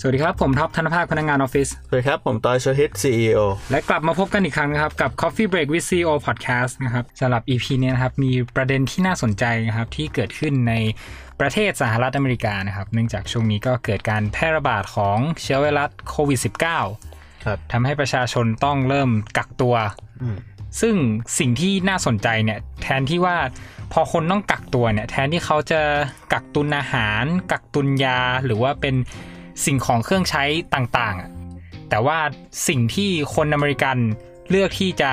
สวัสดีครับ ผมท็อปธนภาคพนักงานออฟฟิศ สวัสดีครับ ผมตอยชฮิต CEO และกลับมาพบกันอีกครั้งนะครับ กับ Coffee Break with CEO Podcast นะครับสำหรับ EP เนี้ยนะครับ มีประเด็นที่น่าสนใจนะครับ ที่เกิดขึ้นในประเทศสหรัฐอเมริกานะครับ เนื่องจากช่วงนี้ก็เกิดการแพร่ระบาดของเชื้อไวรัสโควิด -19 ครับ ทำให้ประชาชนต้องเริ่มกักตัว อืม ซึ่งสิ่งที่น่าสนใจเนี่ยแทนที่ว่าพอคนต้องกักตัวเนี่ยแทนที่เขาจะกักตุนอาหาร กักตุนยา หรือว่าเป็นสิ่งของเครื่องใช้ต่างๆอะแต่ว่าสิ่งที่คนอเมริกันเลือกที่จะ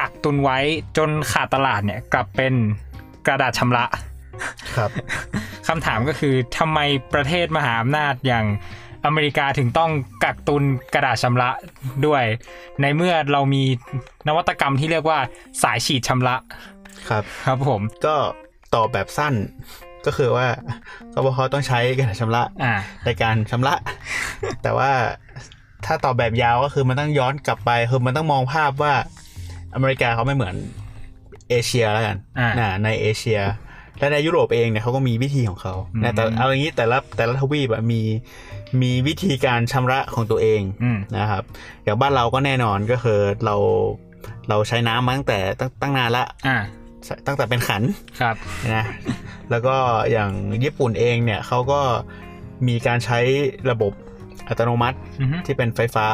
กักตุนไว้จนขาดตลาดเนี่ยกลับเป็นกระดาษชำระ ครับ คำถามก็คือทำไมประเทศมหาอำนาจอย่างอเมริกาถึงต้องกักตุนกระดาษชำระด้วย ในเมื่อเรามีนวัตกรรมที่เรียกว่าสายฉีดชำระ ครับ ครับผม ก็ตอบแบบสั้น ก็คือว่าสบคต้องใช้กระดาษชำระ อ่า ในการชำระ แต่ว่าถ้าตอบแบบยาวก็คือมันต้องย้อนกลับไป คือมันต้องมองภาพว่าอเมริกาเขาไม่เหมือนเอเชียแล้วกัน อ่า น่ะในเอเชีย และในยุโรปเองเนี่ยเขาก็มีวิธีของเขา อืม นะแต่เอาอย่างนี้แต่ละแต่ละทวีปอะมีมีวิธีการชำระของตัวเอง อืม นะครับอย่างบ้านเราก็แน่นอนก็คือเราเราใช้น้ำมาตั้งแต่ตั้งตั้งนานละ อ่า ตั้งแต่เป็นขัน ครับ นะแล้วก็อย่างญี่ปุ่นเองเนี่ยเขาก็มีการใช้ระบบอัตโนมัติ อือฮึ ที่เป็นไฟฟ้า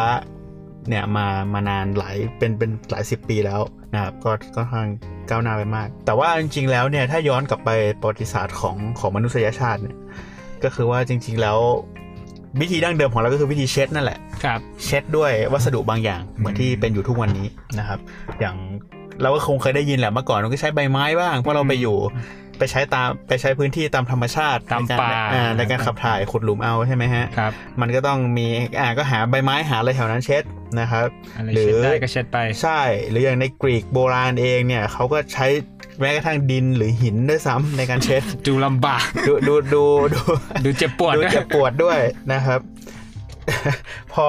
เนี่ยมามานานหลายเป็นเป็นหลายสิบปีแล้วนะครับก็ก็ค่อนข้างก้าวหน้าไปมาก แต่ว่าจริงๆแล้วเนี่ยถ้าย้อนกลับไปประวัติศาสตร์ของของมนุษยชาติเนี่ยก็คือว่าจริง ๆแล้ววิธีดั้งเดิมของเราก็คือวิธีเช็ดนั่นแหละ ครับ เช็ดด้วยวัสดุบางอย่าง อืม เหมือนที่เป็นอยู่ทุกวันนี้นะครับ อย่างเราก็คงเคยได้ยินแหละเมื่อก่อนเราก็ใช้ใบไม้บ้างเพราะเราไปอยู่ไปใช้ตามไปใช้พื้นที่ตามธรรมชาติ ตาม ในกร ป่า อ่ในการขับถ่ายขุดหลุมเอาใช่ไหมฮะ ครับ มันก็ต้องมีอ่าก็หาใบไม้หาอะไรแถวนั้นเช็ดนะครับ อะไร หรือ เช็ดได้ก็เช็ดไป ใช่หรืออย่างในกรีกโบราณเองเนี่ยเขาก็ใช้แม้กระทั่งดินหรือหินด้วยซ้ำในการเช็ด ดูลำบาก ดูดูดูดู ดูเจ็บปวด ดู ด้วย เจ็บปวดด้วยนะครับ พอ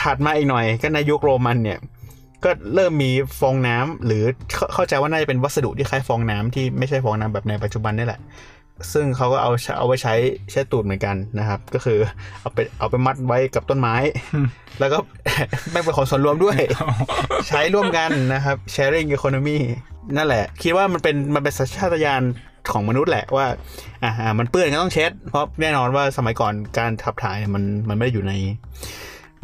ถัดมาอีกหน่อยก็ในยุคโรมันเนี่ย ก็เริ่มมีฟองน้ำหรือเข้าเข้าใจว่าน่าจะเป็นวัสดุที่คล้ายฟองน้ำที่ไม่ใช่ฟองน้ำแบบในปัจจุบันนี่แหละ ซึ่งเขาก็เอาเอาไว้ใช้เช็ดตูดเหมือนกันนะครับ ก็คือเอาไปเอาไปมัดไว้กับต้นไม้ แล้วก็ แม่งเป็นของส่วนรวมด้วย ใช้ร่วมกันนะครับ sharing economy นั่นแหละ คิดว่ามันเป็นมันเป็นสัญชาตญาณของมนุษย์แหละว่าอ่าอ่ามันเปื้อนก็ต้องเช็ด เพราะแน่นอนว่าสมัยก่อนการขับถ่ายเนี่ยมันมันไม่ได้อยู่ใน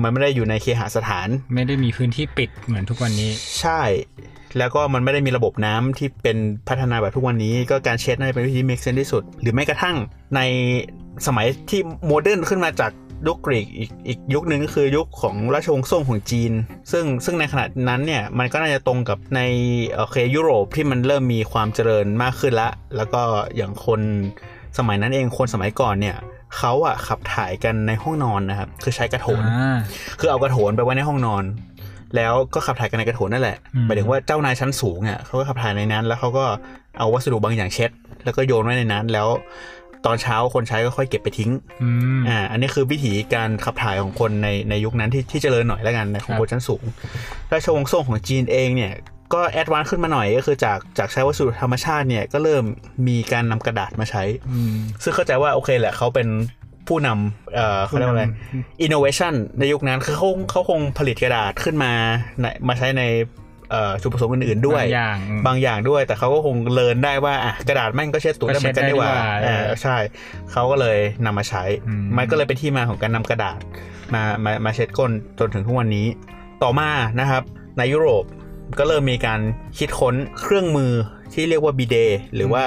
มันไม่ได้อยู่ในเคหสถาน ไม่ได้มีพื้นที่ปิดเหมือนทุกวันนี้ ใช่ แล้วก็มันไม่ได้มีระบบน้ำที่เป็นพัฒนาแบบทุกวันนี้ ก็การเช็ดน่าจะเป็นวิธีที่ make sense ที่สุด หรือแม้กระทั่งในสมัยที่โมเดิร์นขึ้นมาจากยุคกรีกอีกอีกยุคหนึ่งก็คือยุคของราชวงศ์ซ่งของจีน ซึ่งซึ่งในขณะนั้นเนี่ย มันก็น่าจะตรงกับในโอเคยุโรปที่มันเริ่มมีความเจริญมากขึ้นละ แล้วก็อย่างคนสมัยนั้นเองคนสมัยก่อนเนี่ยเขาอะขับถ่ายกันในห้องนอนนะครับคือใช้กระโถน อ่า คือเอากระโถนไปไว้ในห้องนอน แล้วก็ขับถ่ายกันในกระโถนนั่นแหละ อืม หมายถึงว่าเจ้านายชั้นสูงอ่ะเขาก็ขับถ่ายในนั้น แล้วเขาก็เอาวัสดุบางอย่างเช็ด แล้วก็โยนไว้ในนั้น แล้วตอนเช้าคนใช้ก็ค่อยเก็บไปทิ้ง อืม อ่าอันนี้คือวิถีการขับถ่ายของคนในในยุคนั้นที่ที่เจริญหน่อยแล้วกันในขอคงรับ คนชั้นสูงราชวงศ์ซ่งของจีนเองเนี่ยก็แอดวานซ์ขึ้นมาหน่อยก็คือจากจากใช้วัสดุธรรมชาติเนี่ยก็เริ่มมีการนำกระดาษมาใช้ อืม ซึ่งเข้าใจว่าโอเคแหละเขาเป็นผู้นำเอ่อเขาเรียกว่าอะไร อินโนเวชันในยุคนั้นคือเขาเขาคงผลิตกระดาษขึ้นมาในมาใช้ในเอ่อจุดประสงค์อื่นๆด้วย บางอย่างอืม บางอย่างด้วยแต่เขาก็คงเลิร์นได้ว่าอ่ะกระดาษแม่งก็เช็ดตูดได้เหมือนกัน ก็เช็ดได้ นี่หว่า นี่หว่า เออใช่เขาก็เลยนำมาใช้ อืม มันก็เลยเป็นที่มาของการนำกระดาษมามามาเช็ดก้นจนถึงทุกวันนี้ ต่อมานะครับ ในยุโรปก็เริ่มมีการคิดค้นเครื่องมือที่เรียกว่าบีเดหรือว่า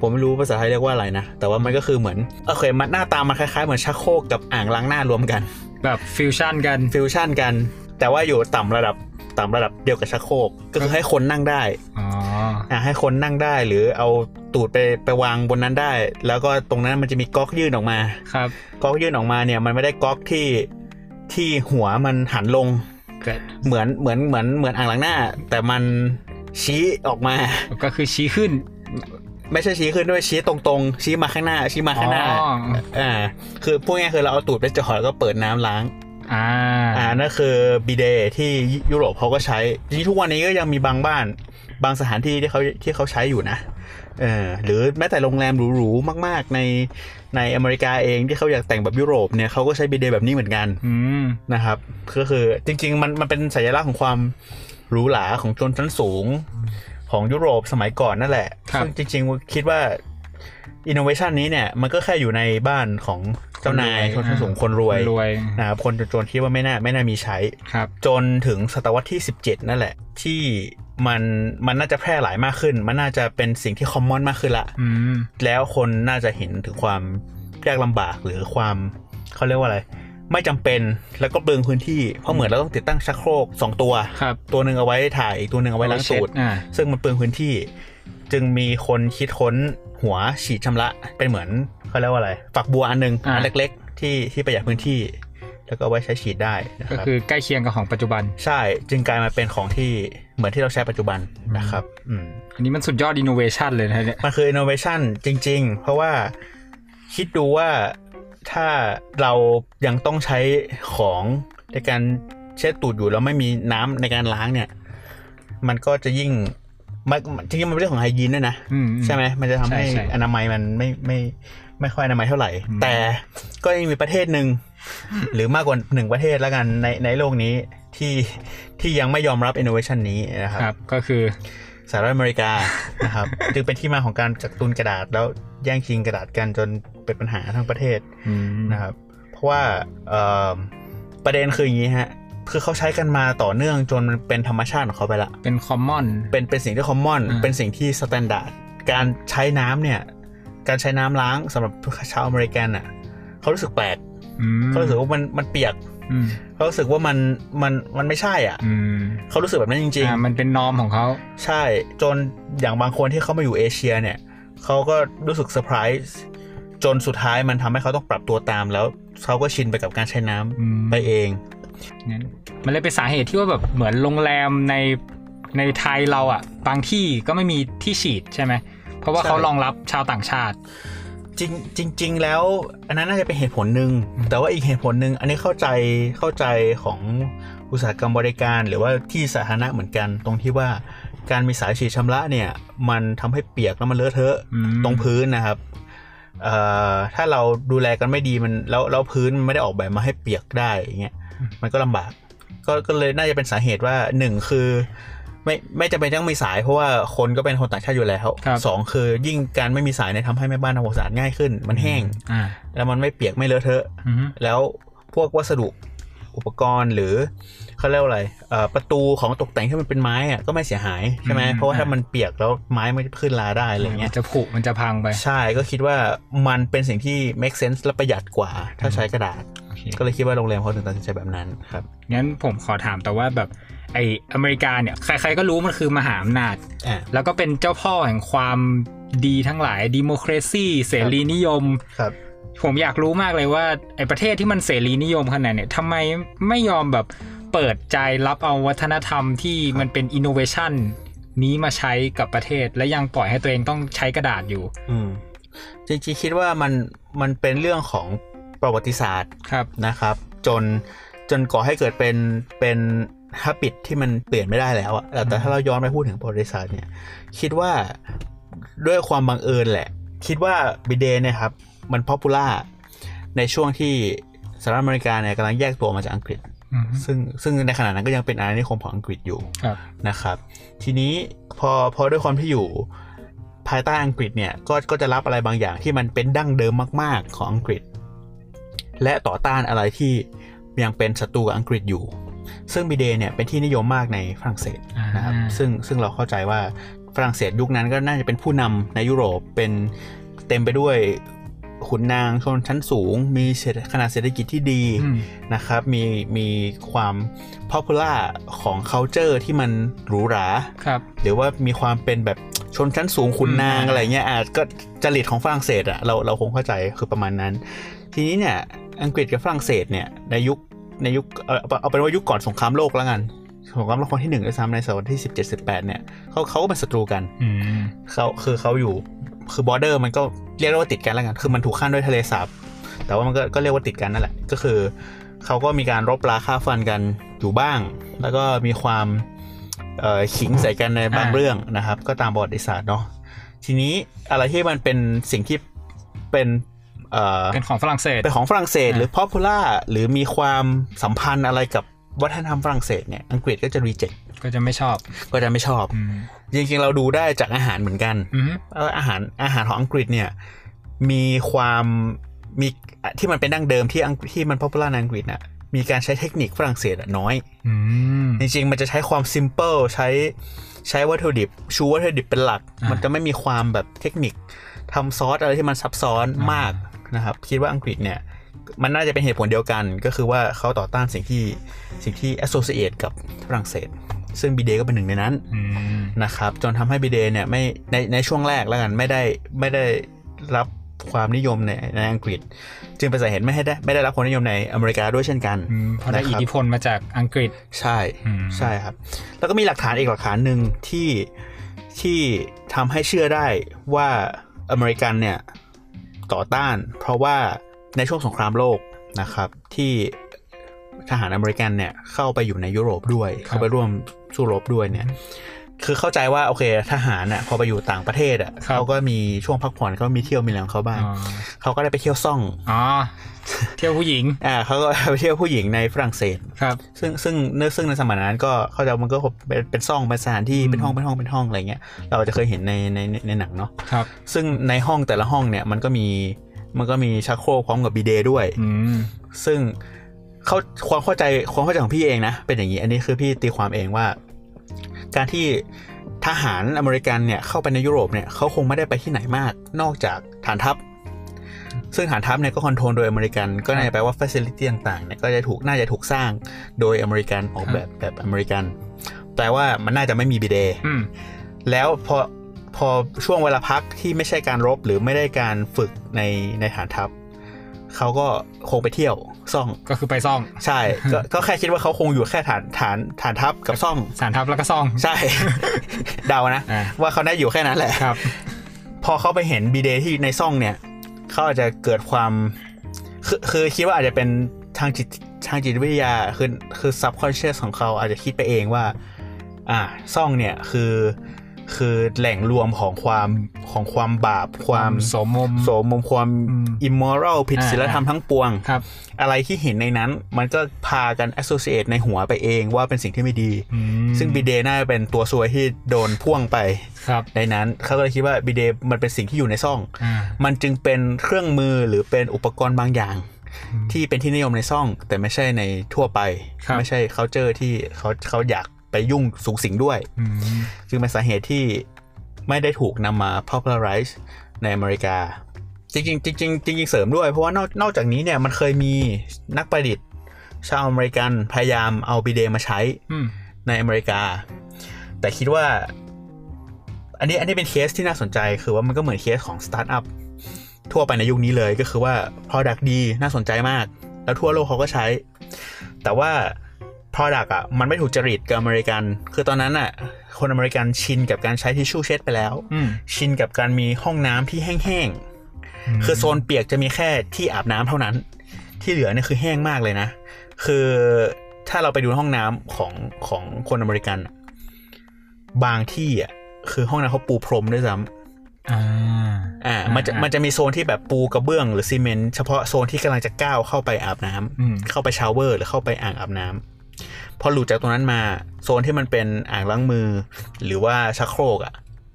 ผมไม่รู้ภาษาไทยเรียกว่าอะไรนะ แต่ว่ามันก็คือเหมือนโอเคมันหน้าตามันคล้ายๆเหมือนชักโครกกับอ่างล้างหน้ารวมกัน แบบฟิวชั่นกัน ฟิวชั่นกัน แต่ว่าอยู่ต่ำระดับต่ำระดับเดียวกับชักโครกก็คือให้คนนั่งได้ อ๋อ อ่ะให้คนนั่งได้ หรือเอาตูดไปไปวางบนนั้นได้ แล้วก็ตรงนั้นมันจะมีก๊อกยื่นออกมา ครับ ก๊อกยื่นออกมาเนี่ยมันไม่ได้ก๊อกที่ที่หัวมันหันลง เกิด เหมือนเหมือนเหมือนเหมือนอ่างล้างหน้า แต่มันชี้ออกมา ก็คือชี้ขึ้น ไม่ใช่ชี้ขึ้นด้วยชี้ตรงๆ ชี้มาข้างหน้า ชี้มาข้างหน้า อ๋อ อ่าคือพูดง่ายๆคือเราเอาตูดไปจ่อแล้วก็เปิดน้ำล้าง อ่า อ่านั่นคือบีเดที่ยุโรปเขาก็ใช้จริงๆทุกวันนี้ก็ยังมีบางบ้าน บางสถานที่ที่เขาที่เขาใช้อยู่นะ เออหรือแม้แต่โรงแรมหรูๆมาก ๆ ในในอเมริกาเองที่เขาอยากแต่งแบบยุโรปเนี่ยเขาก็ใช้บีเดย์แบบนี้เหมือนกัน อืม นะครับก็คือจริง ๆ มันมันเป็นสัญลักษณ์ของความหรูหราของชนชั้นสูงของยุโรปสมัยก่อนนั่นแหละ ครับ ซึ่งจริงๆคิดว่าอินโนเวชันนี้เนี่ยมันก็แค่อยู่ในบ้านของเจ้านายชนชั้นสูงคนรวย รวย นะครับคนจนๆคิดว่าไม่น่าไม่น่ามีใช้ ครับ จนถึงศตวรรษที่ 17 นั่นแหละ ที่มันมันน่าจะแพร่หลายมากขึ้น มันน่าจะเป็นสิ่งที่คอมมอนมากขึ้นละ อืม แล้วคนน่าจะเห็นถึงความยากลำบากหรือความเขาเรียกว่าอะไร ไม่จำเป็นแล้วก็เปลืองพื้นที่ เพราะเหมือนเราต้องติดตั้งชักโครก 2 ตัว ครับ ตัวหนึ่งเอาไว้ถ่ายอีกตัวหนึ่งเอาไว้ล้างสูตร อ่า ซึ่งมันเปลืองพื้นที่ จึงมีคนคิดค้นหัวฉีดชำระเป็นเหมือนเขาเรียกว่าอะไร ฝักบัวอันหนึง อ่า อันเล็ก ๆ ที่ที่ประหยัดพื้นที่ แล้วก็เอาไว้ใช้ฉีดได้นะค ก็ รับ คือใกล้เคียงกับของปัจจุบัน ใช่จึงกลายมาเป็นของที่เหมือนที่เราใช้ปัจจุบันนะครับอืม อันนี้มันสุดยอดอินโนเวชันเลยนะเนี่ย มันคือ innovation จริง ๆ เพราะว่าคิดดูว่าถ้าเรายังต้องใช้ของในการเช็ดตูดอยู่แล้วไม่มีน้ำในการล้างเนี่ย มันก็จะยิ่งมันจริงๆมันเป็นเรื่องของไฮยีนด้วยนะ อืม ใช่ไหมมันจะทำให้ ใช่ใช่ อนามัยมันไม่ไม่ไม่ค่อยอนามัยเท่าไหร่ อืม แต่ก็ยังมีประเทศหนึ่งหรือมากกว่าหนึ่งประเทศแล้วกันในในโลกนี้ที่ที่ยังไม่ยอมรับอินโนเวชันนี้นะคครั รั บบ ก็คือ สหรัฐอเมริกา นะครับ จึงเป็นที่มาของการจักตุนกระดาษแล้วแย่งชิงกระดาษกันจนเป็นปัญหาทั้งประเทศ อืม นะครับ เพราะว่าเอ่อประเด็นคืออย่างนี้ฮะคือเขาใช้กันมาต่อเนื่องจนมันเป็นธรรมชาติของเขาไปละ เป็นคอมมอน เป็นเป็นสิ่งที่คอมมอน อ่า เป็นสิ่งที่สแตนดาร์ด การใช้น้ำเนี่ย การใช้น้ำล้างสำหรับชาวอเมริกันอ่ะ เขารู้สึกแปลก อืม เขารู้สึกว่ามันมันเปียก อืม เขารู้สึกว่ามันมันมันไม่ใช่อ่ะ อืม เขารู้สึกแบบนั้นจริง อ่ามันเป็นนอมของเขา ๆ ใช่ จนอย่างบางคนที่เขามาอยู่เอเชียเนี่ย เขาก็รู้สึกเซอร์ไพรส์จนสุดท้ายมันทำให้เขาต้องปรับตัวตามแล้วเขาก็ชินไปกับการใช้น้ำ อืม ไปเอง งั้นมันเลยเป็นสาเหตุที่ว่าแบบเหมือนโรงแรมในในไทยเราอะ่ะ บางที่ก็ไม่มีที่ฉีดใช่ไหม เพราะว่า ใช่ เขารองรับชาวต่างชาติ จริงจริง ๆ แล้วอันนั้นน่าจะเป็นเหตุผลหนึ่งแต่ว่าอีกเหตุผลหนึ่งอันนี้เข้าใจเข้าใจของอุตสาหกรรมบริการ หรือว่าที่สาธารณะเหมือนกัน ตรงที่ว่าการมีสายฉีดชำระเนี่ย มันทำให้เปียกแล้วมันเลอะเทอะ อืม ตรงพื้นนะครับเอ่อถ้าเราดูแลกันไม่ดีมันแล้วแล้วพื้นมันไม่ได้ออกแบบมาให้เปียกได้อย่างเงี้ยมันก็ลำบาก ก็ก็เลยน่าจะเป็นสาเหตุว่าหนึ่งคือ ไม่ไม่จำเป็นต้องมีสายเพราะว่าคนก็เป็นคนต่างชาติอยู่แล้ว ครับ สองคือยิ่งการไม่มีสายเนี่ยทำให้แม่บ้านทำความสะอาดง่ายขึ้น มันแห้ง อ่า แล้วมันไม่เปียกไม่เลอะเทอะ อืม แล้วพวกวัสดุอุปกรณ์หรือเขาเรียกว่าอะไรเอ่อประตูของตกแต่งที่มันเป็นไม้อะก็ไม่เสียหายใช่ไหมเพราะว่าถ้ามันเปียกแล้วไม้มันจะขึ้นลาได้อะไรเงี้ มั ย นจะผุมันจะพังไป ใช่ก็คิดว่ามันเป็นสิ่งที่ make sense และประหยัดกว่า ถ้าใช้กระดาษ โอเค ก็เลยคิดว่าโรงแรมเขาถึงตัดสินใจแบบนั้นครับ งั้นผมขอถามแต่ว่าแบบไออเมริกาเนี่ย ใครๆก็รู้มันคือมหาอำนาจ อ่า แล้วก็เป็นเจ้าพ่อแห่งความดีทั้งหลายดิโมครซีเสรีนิยม ครับ ผมอยากรู้มากเลยว่าไอประเทศที่มันเสรีนิยมขนาดเนี่ยทำไมไม่ยอมแบบเปิดใจรับเอาวัฒนธรรมที่มันเป็นอินโนเวชันนี้มาใช้กับประเทศ และยังปล่อยให้ตัวเองต้องใช้กระดาษอยู่ อืมจริงๆคิดว่ามันมันเป็นเรื่องของประวัติศาสตร์ ครับ นะครับ จนจนก่อให้เกิดเป็นเป็นฮับิตที่มันเปลี่ยนไม่ได้แล้วอะแต่แต่ อืม ถ้าเราย้อนไปพูดถึงประวัติศาสตร์เนี่ยคิดว่าด้วยความบังเอิญแหละ คิดว่าบิเดนเนี่ยครับมันพ o p ปูล่าในช่วงที่สหรัฐอเมริกาเนี่ยกำลังแยกตัวมาจากอังกฤษ อืม ซึ่งซึ่งในขณะนั้นก็ยังเป็นอาณานิคมของอังกฤษอยู่ ครับ นะครับทีนี้พอพอด้วยความที่อยู่ภายใต้อังกฤษเนี่ยก็ก็จะรับอะไรบางอย่างที่มันเป็นดั้งเดิมมาก ๆ ของอังกฤษ และต่อต้านอะไรที่ยังเป็นศัตรูกับอังกฤษอยู่ ซึ่งบีเดย์เนี่ยเป็นที่นิยมมากในฝรั่งเศสนะครับ อ่า ซึ่งซึ่งเราเข้าใจว่าฝรั่งเศสยุคนั้นก็น่าจะเป็นผู้นำในยุโรปเป็นเต็มไปด้วยขุนนางชนชั้นสูง มีเศรษฐขนาดเศรษฐกิจที่ดี อืม นะครับมีมีความ popular ของ culture ที่มันหรูหรา ครับ หรือว่ามีความเป็นแบบชนชั้นสูงขุนนาง อืม อะไรเงี้ยอาจก็จริตของฝรั่งเศสอะเราเราคงเข้าใจคือประมาณนั้น ทีนี้เนี่ยอังกฤษกับฝรั่งเศสเนี่ยในยุคในยุคเอาเอาเอาเป็นว่ายุคก่อนสงครามโลกแล้วกันสงครามโลกครั้งที่หนึ่งด้วยซ้ำในศตวรรษที่ 17 18เนี่ยเขาเขาก็เป็นศัตรูกัน อืม เขาคือเขาอยู่คือบอร์เดอร์มันก็เรียกได้ว่าติดกันแล้วกัน คือมันถูกขั้นด้วยทะเลสาบแต่ว่ามันก็ก็เรียกว่าติดกันนั่นแหละ ก็คือเขาก็มีการรบราค่าฟันกันอยู่บ้าง แล้วก็มีความเอ่อขิงใส่กันในบาง อ่า เรื่องนะครับ ก็ตามประวัติศาสตร์เนาะ ทีนี้อะไรที่มันเป็นสิ่งที่เป็นเอ่อ เป็นของฝรั่งเศส เป็นของฝรั่งเศส อ่า หรือพ o อ u l ล่าหรือมีความสัมพันธ์อะไรกับวัฒนธรรมฝรั่งเศสเนี่ยอังกฤษก็จะรีเจ็ค ก็จะไม่ชอบ ก็จะไม่ชอบ อืม จริงๆเราดูได้จากอาหารเหมือนกัน อืม เอ่ออาหารอาหารของอังกฤษเนี่ยมีความมีที่มันเป็นดั้งเดิมที่อังกฤษที่มันพ o อ u l ล่าในอังกฤษน่ะมีการใช้เทคนิคฝรั่งเศสอะน้อย อืม จริงๆมันจะใช้ความ simple ใช้ใช้วัตถุดิบ ชูวัตถุดิบเป็นหลัก อ่ามั มันจะไม่มีความแบบเทคนิคทำซอสอะไรที่มันซับซ้อน อ่าม มากนะครับ คิดว่าอังกฤษเนี่ยมันน่าจะเป็นเหตุผลเดียวกัน ก็คือว่าเขาต่อต้านสิ่งที่สิ่งที่ associate กับฝรั่งเศส ซึ่งบีเดก็เป็นหนึ่งในนั้น อืม นะครับ จนทำให้บีเดเนี่ยไม่ในในช่วงแรกแล้วกันไม่ได้ไม่ได้รับความนิยมในในอังกฤษ จึงเป็นสาเหตุไม่ให้ได้ไม่ได้รับความนิยมในอเมริกาด้วยเช่นกัน อืมเพราะได้ นะครับ อิทธิพลมาจากอังกฤษ ใช่ อืม ใช่ครับ แล้วก็มีหลักฐานอีกหลักฐานหนึ่งที่ที่ทำให้เชื่อได้ว่าอเมริกันเนี่ยต่อต้าน เพราะว่าในช่วงสงครามโลกนะครับที่ทหารอเมริกันเนี่ยเข้าไปอยู่ในยุโรปด้วย ครับ เข้าไปร่วมสู้รบด้วยเนี่ยคือเข้าใจว่าโอเคทหารอ่ะพอไปอยู่ต่างประเทศอ่ะเขาก็มีช่วงพักผ่อนเขามีเที่ยวมีอะไรของเขาบ้าง อ๋อ เขาก็ได้ไปเที่ยวซ่อง อ๋อเที่ยวผู้หญิง อ่าเขาก็ ไปเที่ยวผู้หญิงในฝรั่งเศส ครับ ซึ่งซึ่งเนื้อซึ่งในสมัยนั้นก็เขาใจะมันก็เป็นเป็นซ่องเป็นสถานที่ อืม เป็นห้องเป็นห้องเป็นห้องอะไรเงี้ยเราจะเคยเห็นในในในในหนังเนาะ ครับ ซึ่งในห้องแต่ละห้องเนี่ยมันก็มีมันก็มีชักโครกพร้อมกับบีเดด้วย อืม ซึ่งเขาความเข้าใจความเข้าใจของพี่เองนะ เป็นอย่างนี้อันนี้คือพี่ตีความเองว่า การที่ทหารอเมริกันเนี่ยเข้าไปในยุโรปเนี่ยเขาคงไม่ได้ไปที่ไหนมาก นอกจากฐานทัพ ซึ่งฐานทัพเนี่ยก็คอนโทรลโดยอเมริกันก็น่าจะแปลว่าฟิสิลิตี้ต่างๆเนี่ยก็จะถูกน่าจะถูกสร้างโดยอเมริกันออกแบบแบบอเมริกัน แปลว่ามันน่าจะไม่มีบีเด อืม แล้วพอพอช่วงเวลาพักที่ไม่ใช่การรบหรือไม่ได้การฝึกในในฐานทัพเขาก็คงไปเที่ยวซ่อง ก็คือไปซ่อง ใช่ ก็ก็แค่คิดว่าเขาคงอยู่แค่ฐานฐานฐานทัพกับซ่อง สารทับแล้วก็ซ่อง ใช่ เดานะ อ่า ว่าเขาได้อยู่แค่นั้นแหละ ครับ พอเขาไปเห็นบีเดที่ในซ่องเนี่ยเขาอาจจะเกิดความคือคือคิดว่าอาจจะเป็นทางจิตทางจิตวิทยาคือคือ subconscious ของเขาอาจจะคิดไปเองว่า อ่าซ่องเนี่ยคือคือแหล่งรวมของความของความบาปความ โสมม โสมมความ อืม อิมมอรัลผิดศีลธรรมทั้งปวง ครับ อะไรที่เห็นในนั้น มันก็พากัน associate ในหัวไปเองว่าเป็นสิ่งที่ไม่ดี อืม ซึ่งบีเดน่าจะเป็นตัวซวยที่โดนพ่วงไป ครับ ในนั้นเขาก็เลยคิดว่าบีเดมันเป็นสิ่งที่อยู่ในซ่อง อ่า มันจึงเป็นเครื่องมือหรือเป็นอุปกรณ์บางอย่าง อืม ที่เป็นที่นิยมในซ่อง แต่ไม่ใช่ในทั่วไป ครับ ไม่ใช่เคาเจอที่เขาเขาอยากไปยุ่งสูงสิงด้วย อืม จึงเป็นสาเหตุที่ไม่ได้ถูกนำมา popularize ในอเมริกา จริงๆจริงๆจริงๆเสริมด้วยเพราะว่านอกนอกจากนี้เนี่ยมันเคยมีนักประดิษฐ์ ชาวอเมริกันพยายามเอาบีเดมาใช้ อืม ในอเมริกา แต่คิดว่า อันนี้อันนี้เป็นเคสที่น่าสนใจคือว่ามันก็เหมือนเคสของสตาร์ทอัพทั่วไปในยุคนี้เลยก็คือว่า Product ดีน่าสนใจมาก แล้วทั่วโลกเขาก็ใช้ แต่ว่า Product อ่ะมันไม่ถูกจริตกับอเมริกัน คือตอนนั้นอ่ะ คนอเมริกันชินกับการใช้ทิชชู่เช็ดไปแล้ว อืม ชินกับการมีห้องน้ำที่แห้งๆ คือโซนเปียกจะมีแค่ที่อาบน้ำเท่านั้น ที่เหลือเนี่ยคือแห้งมากเลยนะ คือถ้าเราไปดูห้องน้ำของของคนอเมริกันอะบางที่อ่ะคือห้องน้ำเขาปูพรมด้วยซ้ อ่า ำอ่ามันจะ อ่ามั มันจะมีโซนที่แบบปูกระเบื้องหรือซีเมนต์เฉพาะโซนที่กำลังจะก้าวเข้าไปอาบน้ำ อืม เข้าไปชาวเวอร์หรือเข้าไปอ่างอาบน้ำพอหลุดจากตรงนั้นมาโซนที่มันเป็นอ่างล้างมือ หรือว่าชักโครกอ่ะ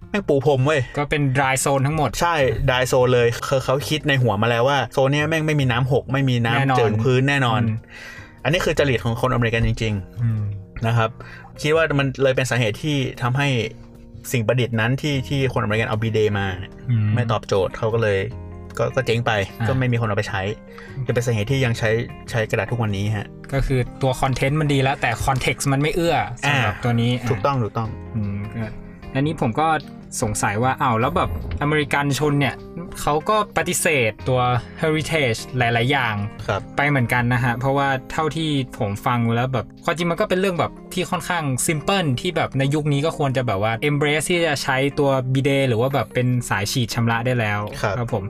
แม่งปูพรมเว้ย ก็เป็น dry zone ทั้งหมด ใช่ไดโซนเลยคือเขาคิดในหัวมาแล้วว่าโซนเนี้ยแม่งไม่มีน้ำหก ไม่มีน้ำ แน่นอน เจิ่งพื้นแน่นอน อืม อันนี้คือจริตของคนอเมริกันจริง อืม ๆ นะครับ คิดว่ามันเลยเป็นสาเหตุที่ทำให้สิ่งประดิษฐ์นั้นที่ที่คนอเมริกันเอาบีเดมาเนี่ยไม่ตอบโจทย์เขาก็เลยก็ก็เจ๊งไป อ่า ก็ไม่มีคนเอาไปใช้จะเป็นสาเหตุที่ยังใช้ใช้กระดาษทุกวันนี้ฮะ ก็คือตัวคอนเทนต์มันดีแล้ว แต่คอนเท็กซ์มันไม่เอื้อสำหรับ อ่า ตัวนี้ ถูกต้องถูกต้อง อืมก็อันนี้ผมก็สงสัยว่าอ้าวแล้วแบบอเมริกันชนเนี่ยเขาก็ปฏิเสธตัว heritage หลาย ๆ อย่าง ครับ ไปเหมือนกันนะฮะ เพราะว่าเท่าที่ผมฟังแล้วแบบความจริงมันก็เป็นเรื่องแบบที่ค่อนข้างซิมเพิลที่แบบในยุคนี้ก็ควรจะแบบว่า embrace ที่จะใช้ตัวบีเดหรือว่าแบบเป็นสายฉีดชำระได้แล้ว ครับ บผม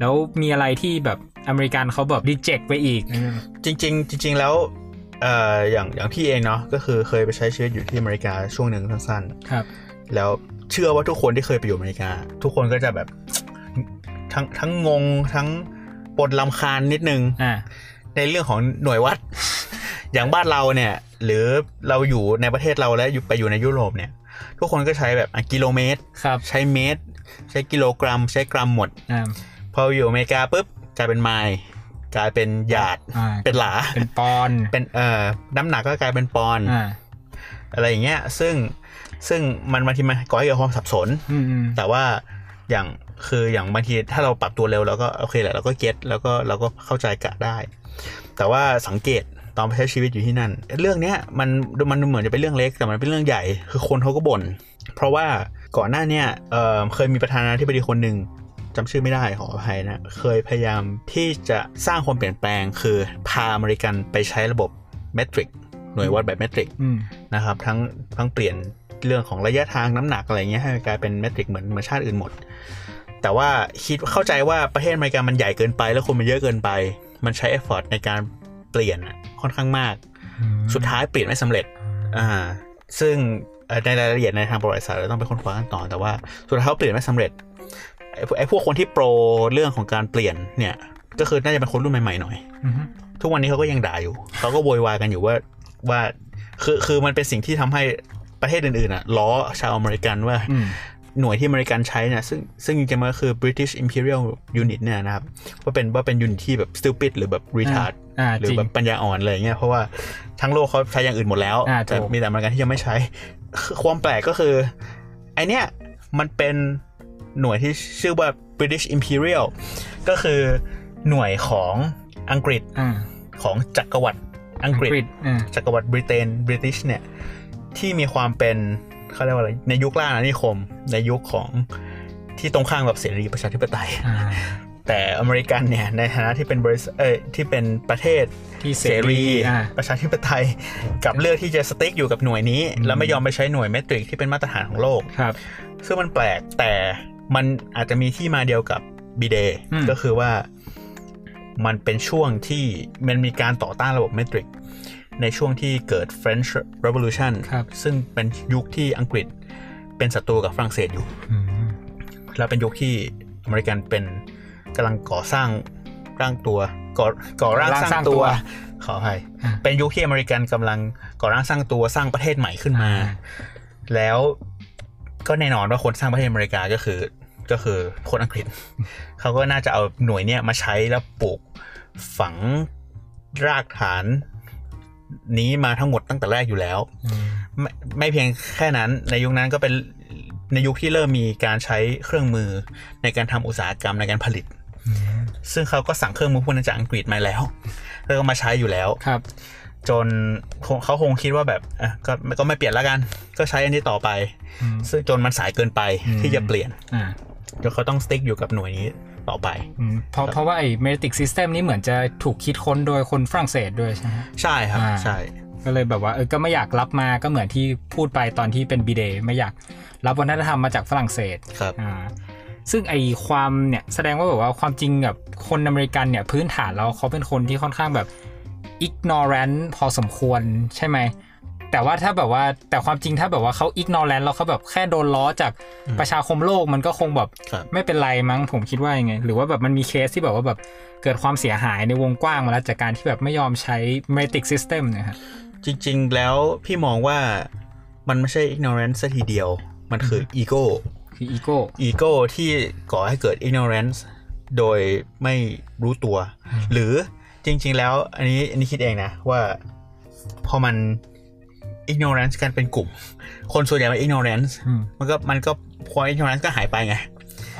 แล้วมีอะไรที่แบบอเมริกันเขาแบบรีเจ็คไปอีกอืม จริง ๆ จริง ๆ แล้วเอ่ออย่างอย่างพี่เองเนาะก็คือเคยไปใช้ชีวิตอยู่ที่อเมริกาช่วงหนึ่งสั้นๆ ครับ แล้วเชื่อว่าทุกคนที่เคยไปอยู่อเมริกา ทุกคนก็จะแบบ ทั้งทั้งงงทั้งปนลำคาญนิดนึง อ่า ในเรื่องของหน่วยวัด อย่างบ้านเราเนี่ย หรือเราอยู่ในประเทศเราแล้วอยู่ไปอยู่ในยุโรปเนี่ย ทุกคนก็ใช้แบบอ่ะกิโลเมตร ครับ ใช้เมตร ใช้กิโลกรัม ใช้กรัมหมด อ่า พออยู่อเมริกาปุ๊บกลายเป็นไมล์กลายเป็นหยาด อ่า เป็นหลา เป็นปอนด์ เป็นเอ่อน้ำหนักก็กลายเป็นปอนด์ อ่า อะไรอย่างเงี้ยซึ่งซึ่งมันบางทีมันก่อให้เกิดความสับสน อืมอืม แต่ว่าอย่างคืออย่างบางทีถ้าเราปรับตัวเร็วเราก็โอเคแหละเราก็เก็ตแล้วก็เราก็เข้าใจกะได้ แต่ว่าสังเกตตอนไปใช้ชีวิตอยู่ที่นั่น เรื่องเนี้ยมันดูมันเหมือนจะเป็นเรื่องเล็กแต่มันเป็นเรื่องใหญ่ คือคนเขาก็บ่นเพราะว่าก่อนหน้าเนี้ยเอ่อเคยมีประธานาธิบดีคนหนึ่งจำชื่อไม่ได้ขออภัยนะเคยพยายามที่จะสร้างความเปลี่ยนแปลง คือพาอเมริกันไปใช้ระบบเมทริกหน่วยวัดแบบเมทริก อืม นะครับทั้งทั้งเปลี่ยนเรื่องของระยะทางน้ำหนักอะไรเงี้ยให้มันกลายเป็นเมตริกเหมือนเหมือนชาติอื่นหมด แต่ว่าคิดเข้าใจว่าประเทศอเมริกามันใหญ่เกินไป แล้วคนมันเยอะเกินไป มันใช้เอฟฟอร์ตในการเปลี่ยนอะค่อนข้างมาก อืม สุดท้ายเปลี่ยนไม่สำเร็จอ่าซึ่งเอ่อในรายละเอียดในทางประวัติศาสตร์เราต้องไปค้นคว้ากันต่อแต่ว่าสุดท้ายเขาเปลี่ยนไม่สำเร็จไอ้พวกไอ้พวกคนที่โปรเรื่องของการเปลี่ยนเนี่ยก็คือน่าจะเป็นคนรุ่นใหม่ๆหน่อย อืม ทุกวันนี้เขาก็ยังด่าอยู่ เขาก็โวยวายกันอยู่ว่าว่าคือคือมันเป็นสิ่งที่ทำให้ประเทศอื่นๆอ่ะล้อชาวอเมริกันว่า อืม หน่วยที่อเมริกันใช้เนี่ยซึ่งซึ่งจริงๆมันก็คือ British Imperial Unit เนี่ยนะครับ ว่าเป็นว่าเป็นยูนิตที่แบบ stupid หรือแบบ retard อ่า หรือ จริง แบบปัญญาอ่อนอะไรอย่างเงี้ยเพราะว่าทั้งโลกเขาใช้อย่างอื่นหมดแล้ว อ่า แต่ ถูก มีแต่อเมริกันที่ยังไม่ใช้ คือความแปลกก็คือไอเนี้ยมันเป็นหน่วยที่ชื่อว่า British Imperial ก็คือหน่วยของอังกฤษ อ่า ของจักรวรรดิอังกฤษ อ่า จักรวรรดิบริเตนบริติชเนี่ยที่มีความเป็นเขาเรียกว่าอะไรในยุคล่าอาณานิคม ในยุคของที่ตรงข้ามกับเสรีประชาธิปไตย อ่า แต่อเมริกันเนี่ยในฐานะที่เป็นบริษัทเอ้ยที่เป็นประเทศ ที่เส เสรี รีอ่า ประชาธิปไตยกลับเลือกที่จะสติ๊กอยู่กับหน่วยนี้ อืม แล้วไม่ยอมไปใช้หน่วยเมตริกที่เป็นมาตรฐานของโลก ครับ ซึ่งมันแปลกแต่มันอาจจะมีที่มาเดียวกับบีเดย์ อืม ก็คือว่ามันเป็นช่วงที่มันมีการต่อต้านระบบเมตริก ในช่วงที่เกิด French Revolution ครับ ซึ่งเป็นยุคที่อังกฤษเป็นศัตรูกับฝรั่งเศสอยู่ อืม และเป็นยุคที่อเมริกันเป็นกำลังก่อสร้างร่างตัวก่อก่อร่างสร้างตัว ขออภัย อ่า เป็นยุคที่อเมริกันกำลังก่อร่างสร้างตัวสร้างประเทศใหม่ขึ้นมา อ่า แล้วก็แน่นอนว่าคนสร้างประเทศอเมริกาก็คือ ก็คือคนอังกฤษ เขาก็น่าจะเอาหน่วยเนี้ยมาใช้แล้วปลูกฝังรากฐานนี้มาทั้งหมดตั้งแต่แรกอยู่แล้ว อืม ไม่ไม่เพียงแค่นั้นในยุคนั้นก็เป็นในยุคที่เริ่มมีการใช้เครื่องมือในการทำอุตสาหกรรมในการผลิต อืม ซึ่งเขาก็สั่งเครื่องมือพวกนั้นจากอังกฤษมาแล้วแล้วก็มาใช้อยู่แล้ว ครับ จนคงเขาคงคิดว่าแบบอ่ะก็ก็ไม่เปลี่ยนแล้วกัน ก็ใช้อันนี้ต่อไป อืม ซึ่งจนมันสายเกินไป อืม ที่จะเปลี่ยน อ่า จนเขาต้องสติ๊กอยู่กับหน่วยนี้ต่อไป อืมเพราะเพราะว่าไอ้ metric system นี้เหมือนจะถูกคิดค้นโดยคนฝรั่งเศสด้วยใช่ไหม ใช่ครับ อ่า ใช่ ก็เลยแบบว่าเออก็ไม่อยากรับมาก็เหมือนที่พูดไปตอนที่เป็นบีเดย์ไม่อยากรับวัฒนธรรมมาจากฝรั่งเศส ครับ อ่าซึ่งไอความเนี่ยแสดงว่าแบบว่าความจริงแบบคนอเมริกันเนี่ยพื้นฐานเราเขาเป็นคนที่ค่อนข้างแบบ ignorant พอสมควรใช่ไหม แต่ว่าถ้าแบบว่าแต่ความจริงถ้าแบบว่าเขา ignorant แล้วเขาแบบแค่โดนล้อจาก อืม ประชาคมโลกมันก็คงแบบ ครับ ไม่เป็นไรมั้งผมคิดว่ายังไง หรือว่าแบบมันมีเคสที่แบบว่าแบบเกิดความเสียหายในวงกว้างมาแล้วจากการที่แบบไม่ยอมใช้ metric system เนะฮะ จริงๆแล้วพี่มองว่ามันไม่ใช่ ignorance ซะทีเดียว มันคือ ego คืออีโก้ ego ที่ก่อให้เกิด ignorance โดยไม่รู้ตัว หรือจริง ๆ แล้วอันนี้อันนี้คิดเองนะว่าพอมัน ignorance กันเป็นกลุ่ม คนส่วนใหญ่มัน ignorance มันก็มันก็ความ ignorance ก็หายไปไง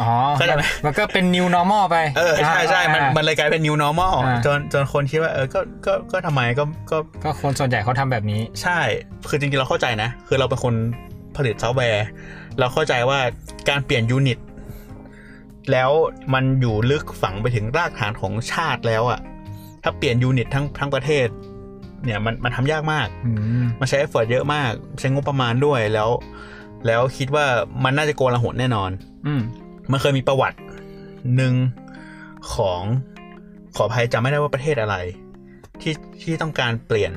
อ๋อ เข้าใจไหม มันก็เป็น new normal ไป เออ ใช่ใช่มัน อ่า มันเลยกลายเป็น new normal อ่า จนจนคนคิดว่าเออก็ก็ก็ทำไมก็ก็ ก็คนส่วนใหญ่เขาทำแบบนี้ ใช่ คือจริง ๆ เราเข้าใจนะ คือเราเป็นคนผลิตซอฟต์แวร์ เราเข้าใจว่าการเปลี่ยนยูนิต แล้วมันอยู่ลึกฝังไปถึงรากฐานของชาติแล้วอะถ้าเปลี่ยนยูนิตทั้งทั้งประเทศ เนี่ยมันมันทำยากมาก อืม มันใช้เอฟเฟอร์เยอะมาก ใช้งบประมาณด้วยแล้ว แล้วคิดว่ามันน่าจะโกลาหลแน่นอน อืม มันเคยมีประวัติหนึ่งของขออภัยจำไม่ได้ว่าประเทศอะไร ที่ที่ต้องการเปลี่ยน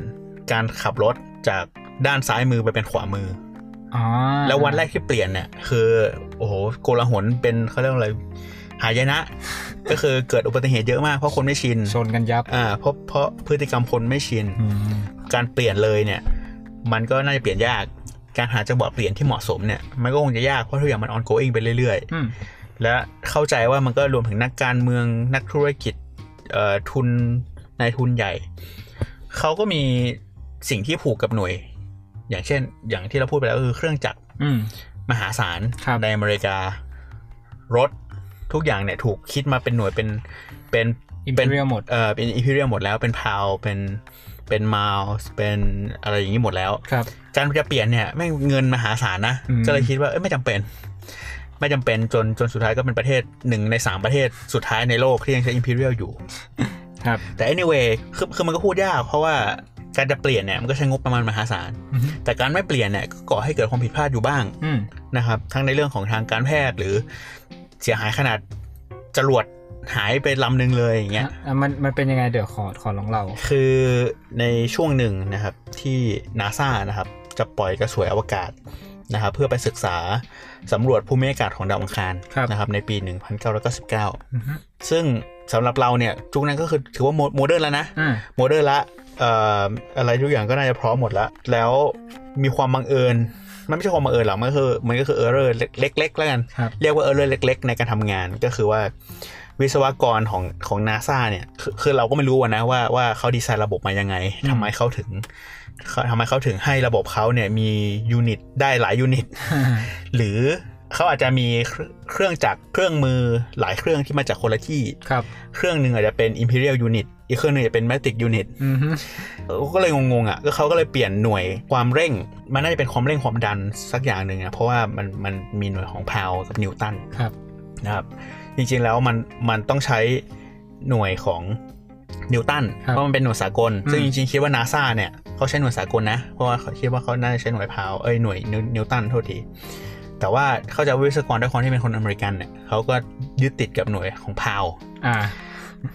การขับรถจากด้านซ้ายมือไปเป็นขวามือ อ๋อ แล้ววันแรกที่เปลี่ยนเนี่ยคือโอ้โหโกลาหลเป็นเขาเรียกว่าอะไรหายนะ ก็คือเกิดอุบัติเหตุเยอะมากเพราะคนไม่ชิน ชนกันยับ อ่าเพราะเพราะพฤติกรรมคนไม่ชิน อืม การเปลี่ยนเลยเนี่ย มันก็น่าจะเปลี่ยนยากการหาจังหวะเปลี่ยนที่เหมาะสมเนี่ยมันก็คงจะยากเพราะทุกอย่างมัน ongoing ไปเรื่อย อืม ๆ และเข้าใจว่ามันก็รวมถึงนักการเมืองนักธุรกิจเอ่อทุนนายทุนใหญ่ เขาก็มีสิ่งที่ผูกกับหน่วย อย่างเช่น อย่างที่เราพูดไปแล้วก็คือเครื่องจักร อืม มหาศาล ครับ ในอเมริการถทุกอย่างเนี่ยถูกคิดมาเป็นหน่วยเป็นเป็น อิม เป็น เรียหมด เอ่อเป็นอิมพีเรียหมดแล้วเป็นพาวเป็นเป็นมาวเป็นอะไรอย่างนี้หมดแล้ว ครับ การจะเปลี่ยนเนี่ยแม่งเงินมหาศาลนะ อืม ก็เลยคิดว่าเอ้ยไม่จำเป็น ไม่จำเป็นจนจนสุดท้ายก็เป็นประเทศหนึ่งในสามประเทศสุดท้ายในโลกที่ยังใช้อิมพีเรียอยู่ ครับ แต่ anyway คือคือมันก็พูดยาก เพราะว่าการจะเปลี่ยนเนี่ยมันก็ใช้งบประมาณมหาศาล อืม แต่การไม่เปลี่ยนเนี่ยก็ก่อให้เกิดความผิดพลาดอยู่บ้าง อืม นะครับทั้งในเรื่องของทางการแพทย์หรือเสียหายขนาดจรวดหายไปลำหนึ่งเลยอย่างเงี้ย อ่ะมันมันเป็นยังไงเดี๋ยวขอขอลองเรา คือในช่วงหนึ่งนะครับที่นาซานะครับจะปล่อยกระสวยอวกาศนะครับเพื่อไปศึกษาสำรวจภูมิอากาศของดาวอังคาร ครับ นะครับในปี 1999 อืม ซึ่งสำหรับเราเนี่ยจุกนั้นก็คือถือว่าโมเดิร์นแล้วนะ อืม โมเดิร์นละเอ่ออะไรทุกอย่างก็น่าจะพร้อมหมดละแล้วมีความบังเอิญ มันไม่ใช่ความบังเอิญหรอกมันก็คือมันก็คือเออร์เรอร์เล็กๆแล้วกัน ครับ เรียกว่าเออร์เรอร์เล็ก ๆ ในการทำงานก็คือว่าวิศวกรของของนาซาเนี่ยคือคือเราก็ไม่รู้อะนะว่าว่าเขาดีไซน์ระบบมายังไง อืม ทำไมเขาถึงเขาทำไมเขาถึงให้ระบบเขาเนี่ยมียูนิตได้หลายยูนิต หรือเขาอาจจะมีเครื่องเครื่องจักรเครื่องมือหลายเครื่องที่มาจากคนละที่ ครับ เครื่องหนึ่งอาจจะเป็น Imperial Unit อีกเครื่องหนึงอาจจะเป็น Matic Unit อืม ก็เลยงงๆอ่ะก็เขาก็เลยเปลี่ยนหน่วยความเร่ง มันน่าจะเป็นความเร่งความดันสักอย่างหนึ่งอ่ะเพราะว่ามันมันมีหน่วยของพาวกับนิวตัน ครับ นะครับจริงๆแล้วมันมันต้องใช้หน่วยของนิวตัน ครับ เพราะมันเป็นหน่วยสากล อืม ซึ่งจริงๆคิดว่านาซาเนี่ยเขาใช้หน่วยสากลนะ เพราะว่าเขาคิดว่าเขาน่าจะใช้หน่วยพาวเอ้ยหน่วยนิวนิวตันโทษที แต่ว่าเขาใจะวิศวกรด้วยคนที่เป็นคนอเมริกันเนี่ยเขาก็ยึดติดกับหน่วยของพาว อ่า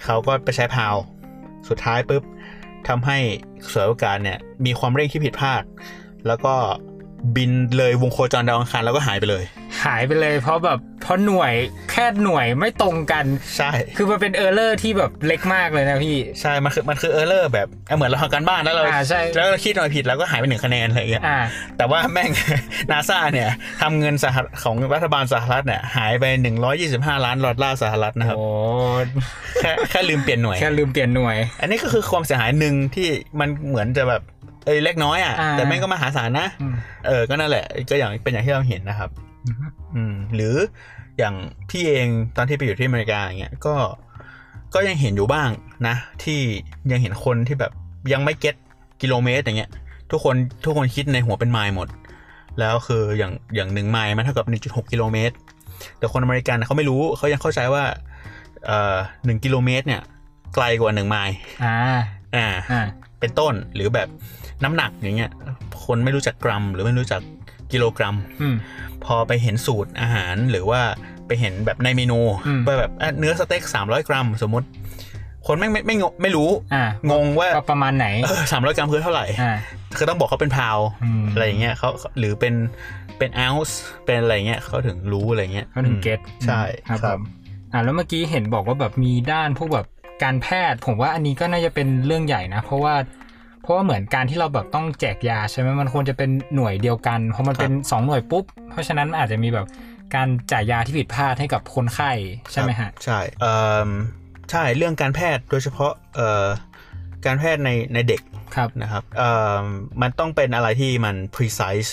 เขาก็ไปใช้พาว สุดท้ายปุ๊บทำให้สวยโอกาสเนี่ยมีความเร่งที่ผิดพลาด แล้วก็บินเลยวงโคจรดาวอังคารแล้วก็หายไปเลย หายไปเลยเพราะแบบเพราะหน่วยแค่หน่วยไม่ตรงกัน ใช่ คือมันเป็นเออร์เลอร์ที่แบบเล็กมากเลยนะพี่ ใช่ มันคือ มันคือเออร์เลอร์แบบเอ้ยเหมือนเราทำการบ้านแล้วเรา อ่าใช่ แล้วเราคิดหน่อยผิดแล้วก็หายไปหนึ่งคะแนนอะไรอย่างเงี้ย อ่า แต่ว่าแม่ง นาซาเนี่ยทำเงินสหรัฐของรัฐบาลสหรัฐเนี่ยหายไป 125 ล้านดอลลาร์สหรัฐนะครับ โอ้ แค่แค่ลืมเปลี่ยนหน่วย แค่ลืมเปลี่ยนหน่วย อันนี้ก็คือความเสียหายหนึ่งที่มันเหมือนจะแบบเอ้ยเล็กน้อยอ่ะ อ่า แต่แม่งก็มหาศาลนะ อืม เออ ก็นั่นแหละ ก็อย่างเป็นอย่างที่เราเห็นนะครับ อืม อืมหรืออย่างพี่เองตอนที่ไปอยู่ที่อเมริกาอย่างเงี้ยก็ก็ยังเห็นอยู่บ้างนะ ที่ยังเห็นคนที่แบบยังไม่เก็ตกิโลเมตรอย่างเงี้ย ทุกคนทุกคนคิดในหัวเป็นไมล์หมด แล้วคืออย่างอย่างหนึ่งไมล์มันเท่ากับ 1.6 กิโลเมตร แต่คนอเมริกันเขาไม่รู้เขายังเข้าใจว่าเอ่อหนึ่งกิโลเมตรเนี่ยไกลกว่าหนึ่งไมล์ อ่า อ่า อ่า เป็นต้นหรือแบบน้ำหนักอย่างเงี้ยคนไม่รู้จักกรัม หรือไม่รู้จักกิโลกรัม อืม พอไปเห็นสูตรอาหารหรือว่าไปเห็นแบบในเมนู อืม ว่าแบบอ่ะเนื้อสเต็ก 300 กรัม สมมติ คนแม่งไม่ไม่งงไม่รู้ อ่าง งว่า ก็ประมาณไหน เออสามร้อยกรัมคือเท่าไหร่ อ่า คือต้องบอกเขาเป็นพาว ม อะไรอย่างเงี้ยเขาหรือเป็นเป็นอ u ส์เป็นอะไรเงี้ยเขาถึงรู้อะไรเงี้ย เขาถึงเก็ต ใช่ อืมครับผมอ่าแล้วเมื่อกี้เห็นบอกว่าแบบมีด้านพวกแบบการแพทย์ ผมว่าอันนี้ก็น่าจะเป็นเรื่องใหญ่นะ เพราะว่า เพราะว่าเหมือนการที่เราแบบต้องแจกยาใช่ไหมมันควรจะเป็นหน่วยเดียวกันเพราะมันเป็นสองหน่วยปุ๊บ เพราะฉะนั้นมันอาจจะมีแบบการจ่ายยาที่ผิดพลาดให้กับคนไข้ใช่ไหมฮะ ใช่เออใช่เรื่องการแพทย์โดยเฉพาะเอ่อการแพทย์ในในเด็ก ครับ นะครับเอ่อมันต้องเป็นอะไรที่มัน precise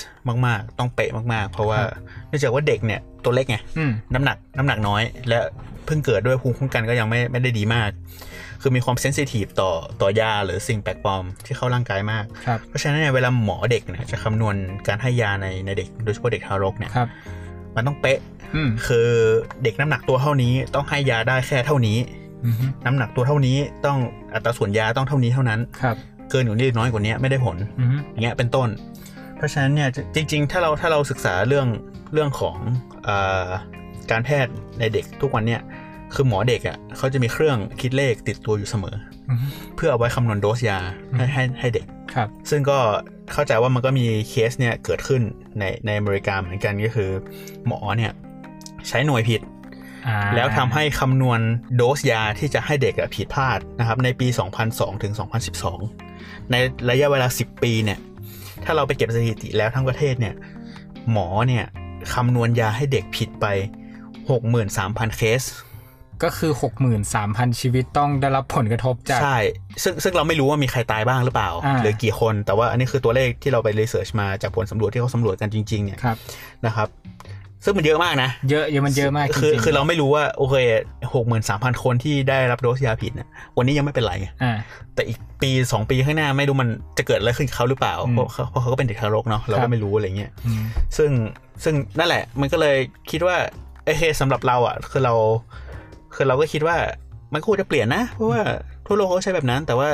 มาก ๆ ต้องเป๊ะมาก ๆ เพราะว่า ครับ เนื่องจากว่าเด็กเนี่ยตัวเล็กไง อืม น้ำหนัก น้ำหนักน้อย และเพิ่งเกิดด้วยภูมิคุ้มกันก็ยังไม่ไม่ได้ดีมาก คือมีความเซนซิทีฟต่อต่อยาหรือสิ่งแปลกปลอมที่เข้าร่างกายมาก ครับ เพราะฉะนั้นเนี่ยเวลาหมอเด็กเนี่ยจะคำนวณการให้ยาในในเด็กโดยเฉพาะเด็กทารกเนี่ย ครับ มันต้องเป๊ะ อืม คือเด็กน้ำหนักตัวเท่านี้ต้องให้ยาได้แค่เท่านี้ อืม น้ำหนักตัวเท่านี้ต้องอัตราส่วนยาต้องเท่านี้เท่านั้น ครับ เกินอยู่านิดน้อยกว่านี้ไม่ได้ผล อืม อย่างเงี้ยเป็นต้น เพราะฉะนั้นเนี่ยจริงๆ ถ้าเราถ้าเราศึกษาเรื่องเรื่องของเออการแพทย์ในเด็กทุกวันเนี่ยคือหมอเด็กอะ่ะเขาจะมีเครื่องคิดเลขติดตัวอยู่เสมอ อืม เพื่อเอาไว้คำนวณโดสยา อืม ให้ให้ให้เด็ก ครับ ซึ่งก็เข้าใจว่ามันก็มีเคสเนี่ยเกิดขึ้นในในอเมริกาเหมือนกันก็คือ หมอเนี่ยใช้หน่วยผิด อ่า แล้วทำให้คำนวณโดสยาที่จะให้เด็กอะผิดพลาดนะครับในปี 2002 ถึง 2012 ในระยะเวลา 10 ปีเนี่ยถ้าเราไปเก็บสถิติแล้วทั้งประเทศเนี่ยหมอเนี่ยคำนวณยาให้เด็กผิดไป 63,000 เคส ก็คือ 63,000 ชีวิตต้องได้รับผลกระทบจาก ใช่ ซึ่งซึ่งเราไม่รู้ว่ามีใครตายบ้างหรือเปล่า อ่า หรือกี่คน แต่ว่าอันนี้คือตัวเลขที่เราไปรีเสิร์ชมาจากผลสำรวจที่เขาสำรวจกันจริง ๆ เนี่ย ครับ นะครับ ซึ่งมันเยอะมากนะ เยอะเยอะมันเยอะมากจ คือ ริงๆ คือเราไม่รู้ว่าโอเคหกหมื่นสามพันคนที่ได้รับโดสยาผิดเนี่ยวันนี้ยังไม่เป็นไรไง อ่า แต่อีกปีสองปีข้างหน้าไม่รู้มันจะเกิดอะไรขึ้นกับเขาหรือเปล่า อืม เพราะเขาเพราะเขาก็เป็นเด็กทารกเนาะเรา ครั ก็ บ ไม่รู้อะไรเงี้ย อืม ซึ่งซึ่งนั่นแหละมันก็เลยคิดว่าเอเคสำหรับเราอ่ะคือเราคือเราก็คิดว่ามันก็ควรจะเปลี่ยนนะ เพราะว่าทั่วโลกเขาใช้แบบนั้น แต่ว่า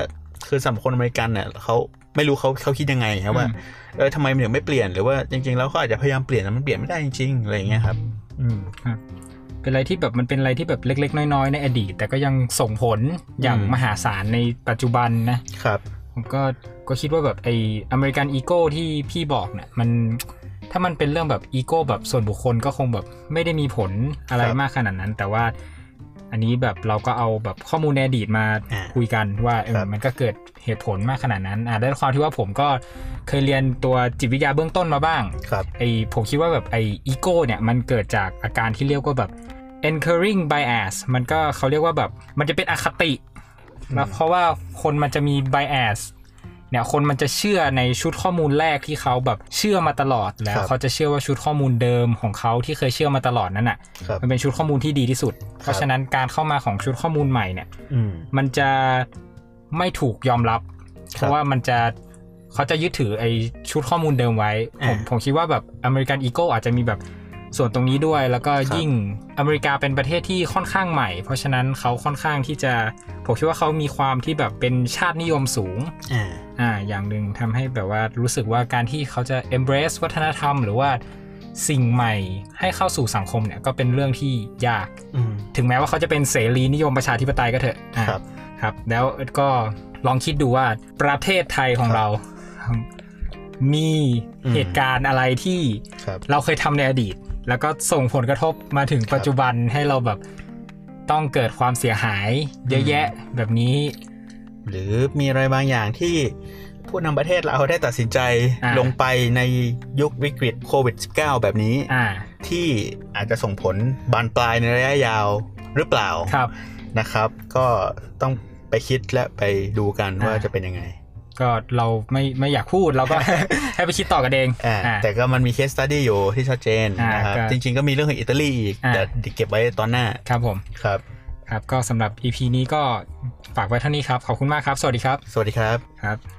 คือสำหรับคนอเมริกันเนี่ยเขาไม่รู้เขาเขาคิดยังไงครับว่า อืม เออทำไมมันถึงไม่เปลี่ยนหรือว่าจริงๆแล้วเขาอาจจะพยายามเปลี่ยนแต่มันเปลี่ยนไม่ได้จริงๆอะไรอย่างเงี้ยครับ อืม เป็นอะไรที่แบบมันเป็นอะไรที่แบบเล็ก ๆ น้อย ๆ ในอดีต แต่ก็ยังส่งผลอย่าง อืม มหาศาลในปัจจุบันนะ ครับ ผมก็ก็คิดว่าแบบไออเมริกันอีโก้ที่พี่บอกเนี่ยมันถ้ามันเป็นเรื่องแบบอีโก้แบบส่วนบุคคลก็คงแบบไม่ได้มีผลอะไร ครับ มากขนาดนั้น แต่ว่าอันนี้แบบเราก็เอาแบบข้อมูลในอดีตมา อ่า คุยกันว่าเอ ครั อบ มันก็เกิดเหตุผลมากขนาดนั้นอ่าด้วยความที่ว่าผมก็เคยเรียนตัวจิตวิทยาเบื้องต้นมาบ้าง ครับ ไอผมคิดว่าแบบไออีโก้เนี่ยมันเกิดจากอาการที่เรียกว่าแบบ encouraging bias มันก็เขาเรียกว่าแบบมันจะเป็นอคติแล้วเพราะว่าคนมันจะมี bias เนี่ยคนมันจะเชื่อในชุดข้อมูลแรกที่เขาแบบเชื่อมาตลอดแล้ว ครับ เขาจะเชื่อว่าชุดข้อมูลเดิมของเขาที่เคยเชื่อมาตลอดนั้นอ่ะ ครับ มันเป็นชุดข้อมูลที่ดีที่สุด เพราะฉะนั้นการเข้ามาของชุดข้อมูลใหม่เนี่ย อืม มันจะไม่ถูกยอมรับ ครับ เพราะว่ามันจะเขาจะยึดถือไอ้ชุดข้อมูลเดิมไว้ ผม อ่า ผมคิดว่าแบบอเมริกันอีโก้อาจจะมีแบบส่วนตรงนี้ด้วย แล้วก็ ครับ ยิ่งอเมริกาเป็นประเทศที่ค่อนข้างใหม่ เพราะฉะนั้นเขาค่อนข้างที่จะ ผมคิดว่าเขามีความที่แบบเป็นชาตินิยมสูง ่า อ่าอย่างหนึ่งทำให้แบบว่ารู้สึกว่าการที่เขาจะ embrace วัฒนธรรม หรือว่าสิ่งใหม่ให้เข้าสู่สังคมเนี่ยก็เป็นเรื่องที่ยาก อืม ถึงแม้ว่าเขาจะเป็นเสรีนิยมประชาธิปไตยก็เถอะอ่ะ ครับ ครับ แล้วก็ลองคิดดูว่าประเทศไทยของเรา มี อืม เหตุการณ์อะไรที่ ครับ เราเคยทำในอดีต แล้วก็ส่งผลกระทบมาถึงปัจจุบันให้เราแบบต้องเกิดความเสียหาย เยอะแยะแบบนี้ หรือมีอะไรบางอย่างที่ผู้นำประเทศเราได้ตัดสินใจ อ่า ลงไปในยุควิกฤตโควิด -19 แบบนี้ อ่า ที่อาจจะส่งผลบานปลายในระยะยาวหรือเปล่า ครับ นะครับ ก็ต้องไปคิดและไปดูกัน อ่า ว่าจะเป็นยังไง ก็เราไม่ไม่อยากพูดเราก็ ให้ไปคิดต่อกันเอง อ่า อ่า แต่ก็มันมีเคสตั u ดี้อยู่ที่ชัดเจน อ่า นะครับ ก็ จริงๆก็มีเรื่องของอิตาลีอีก อ่า แต่เดี๋ยวเก็บไว้ตอนหน้า ครับผม ครับ ครับ ก็สำหรับ EP นี้ก็ฝากไว้เท่านี้ครับ ขอบคุณมากครับ สวัสดีครับ สวัสดีครับ ครับ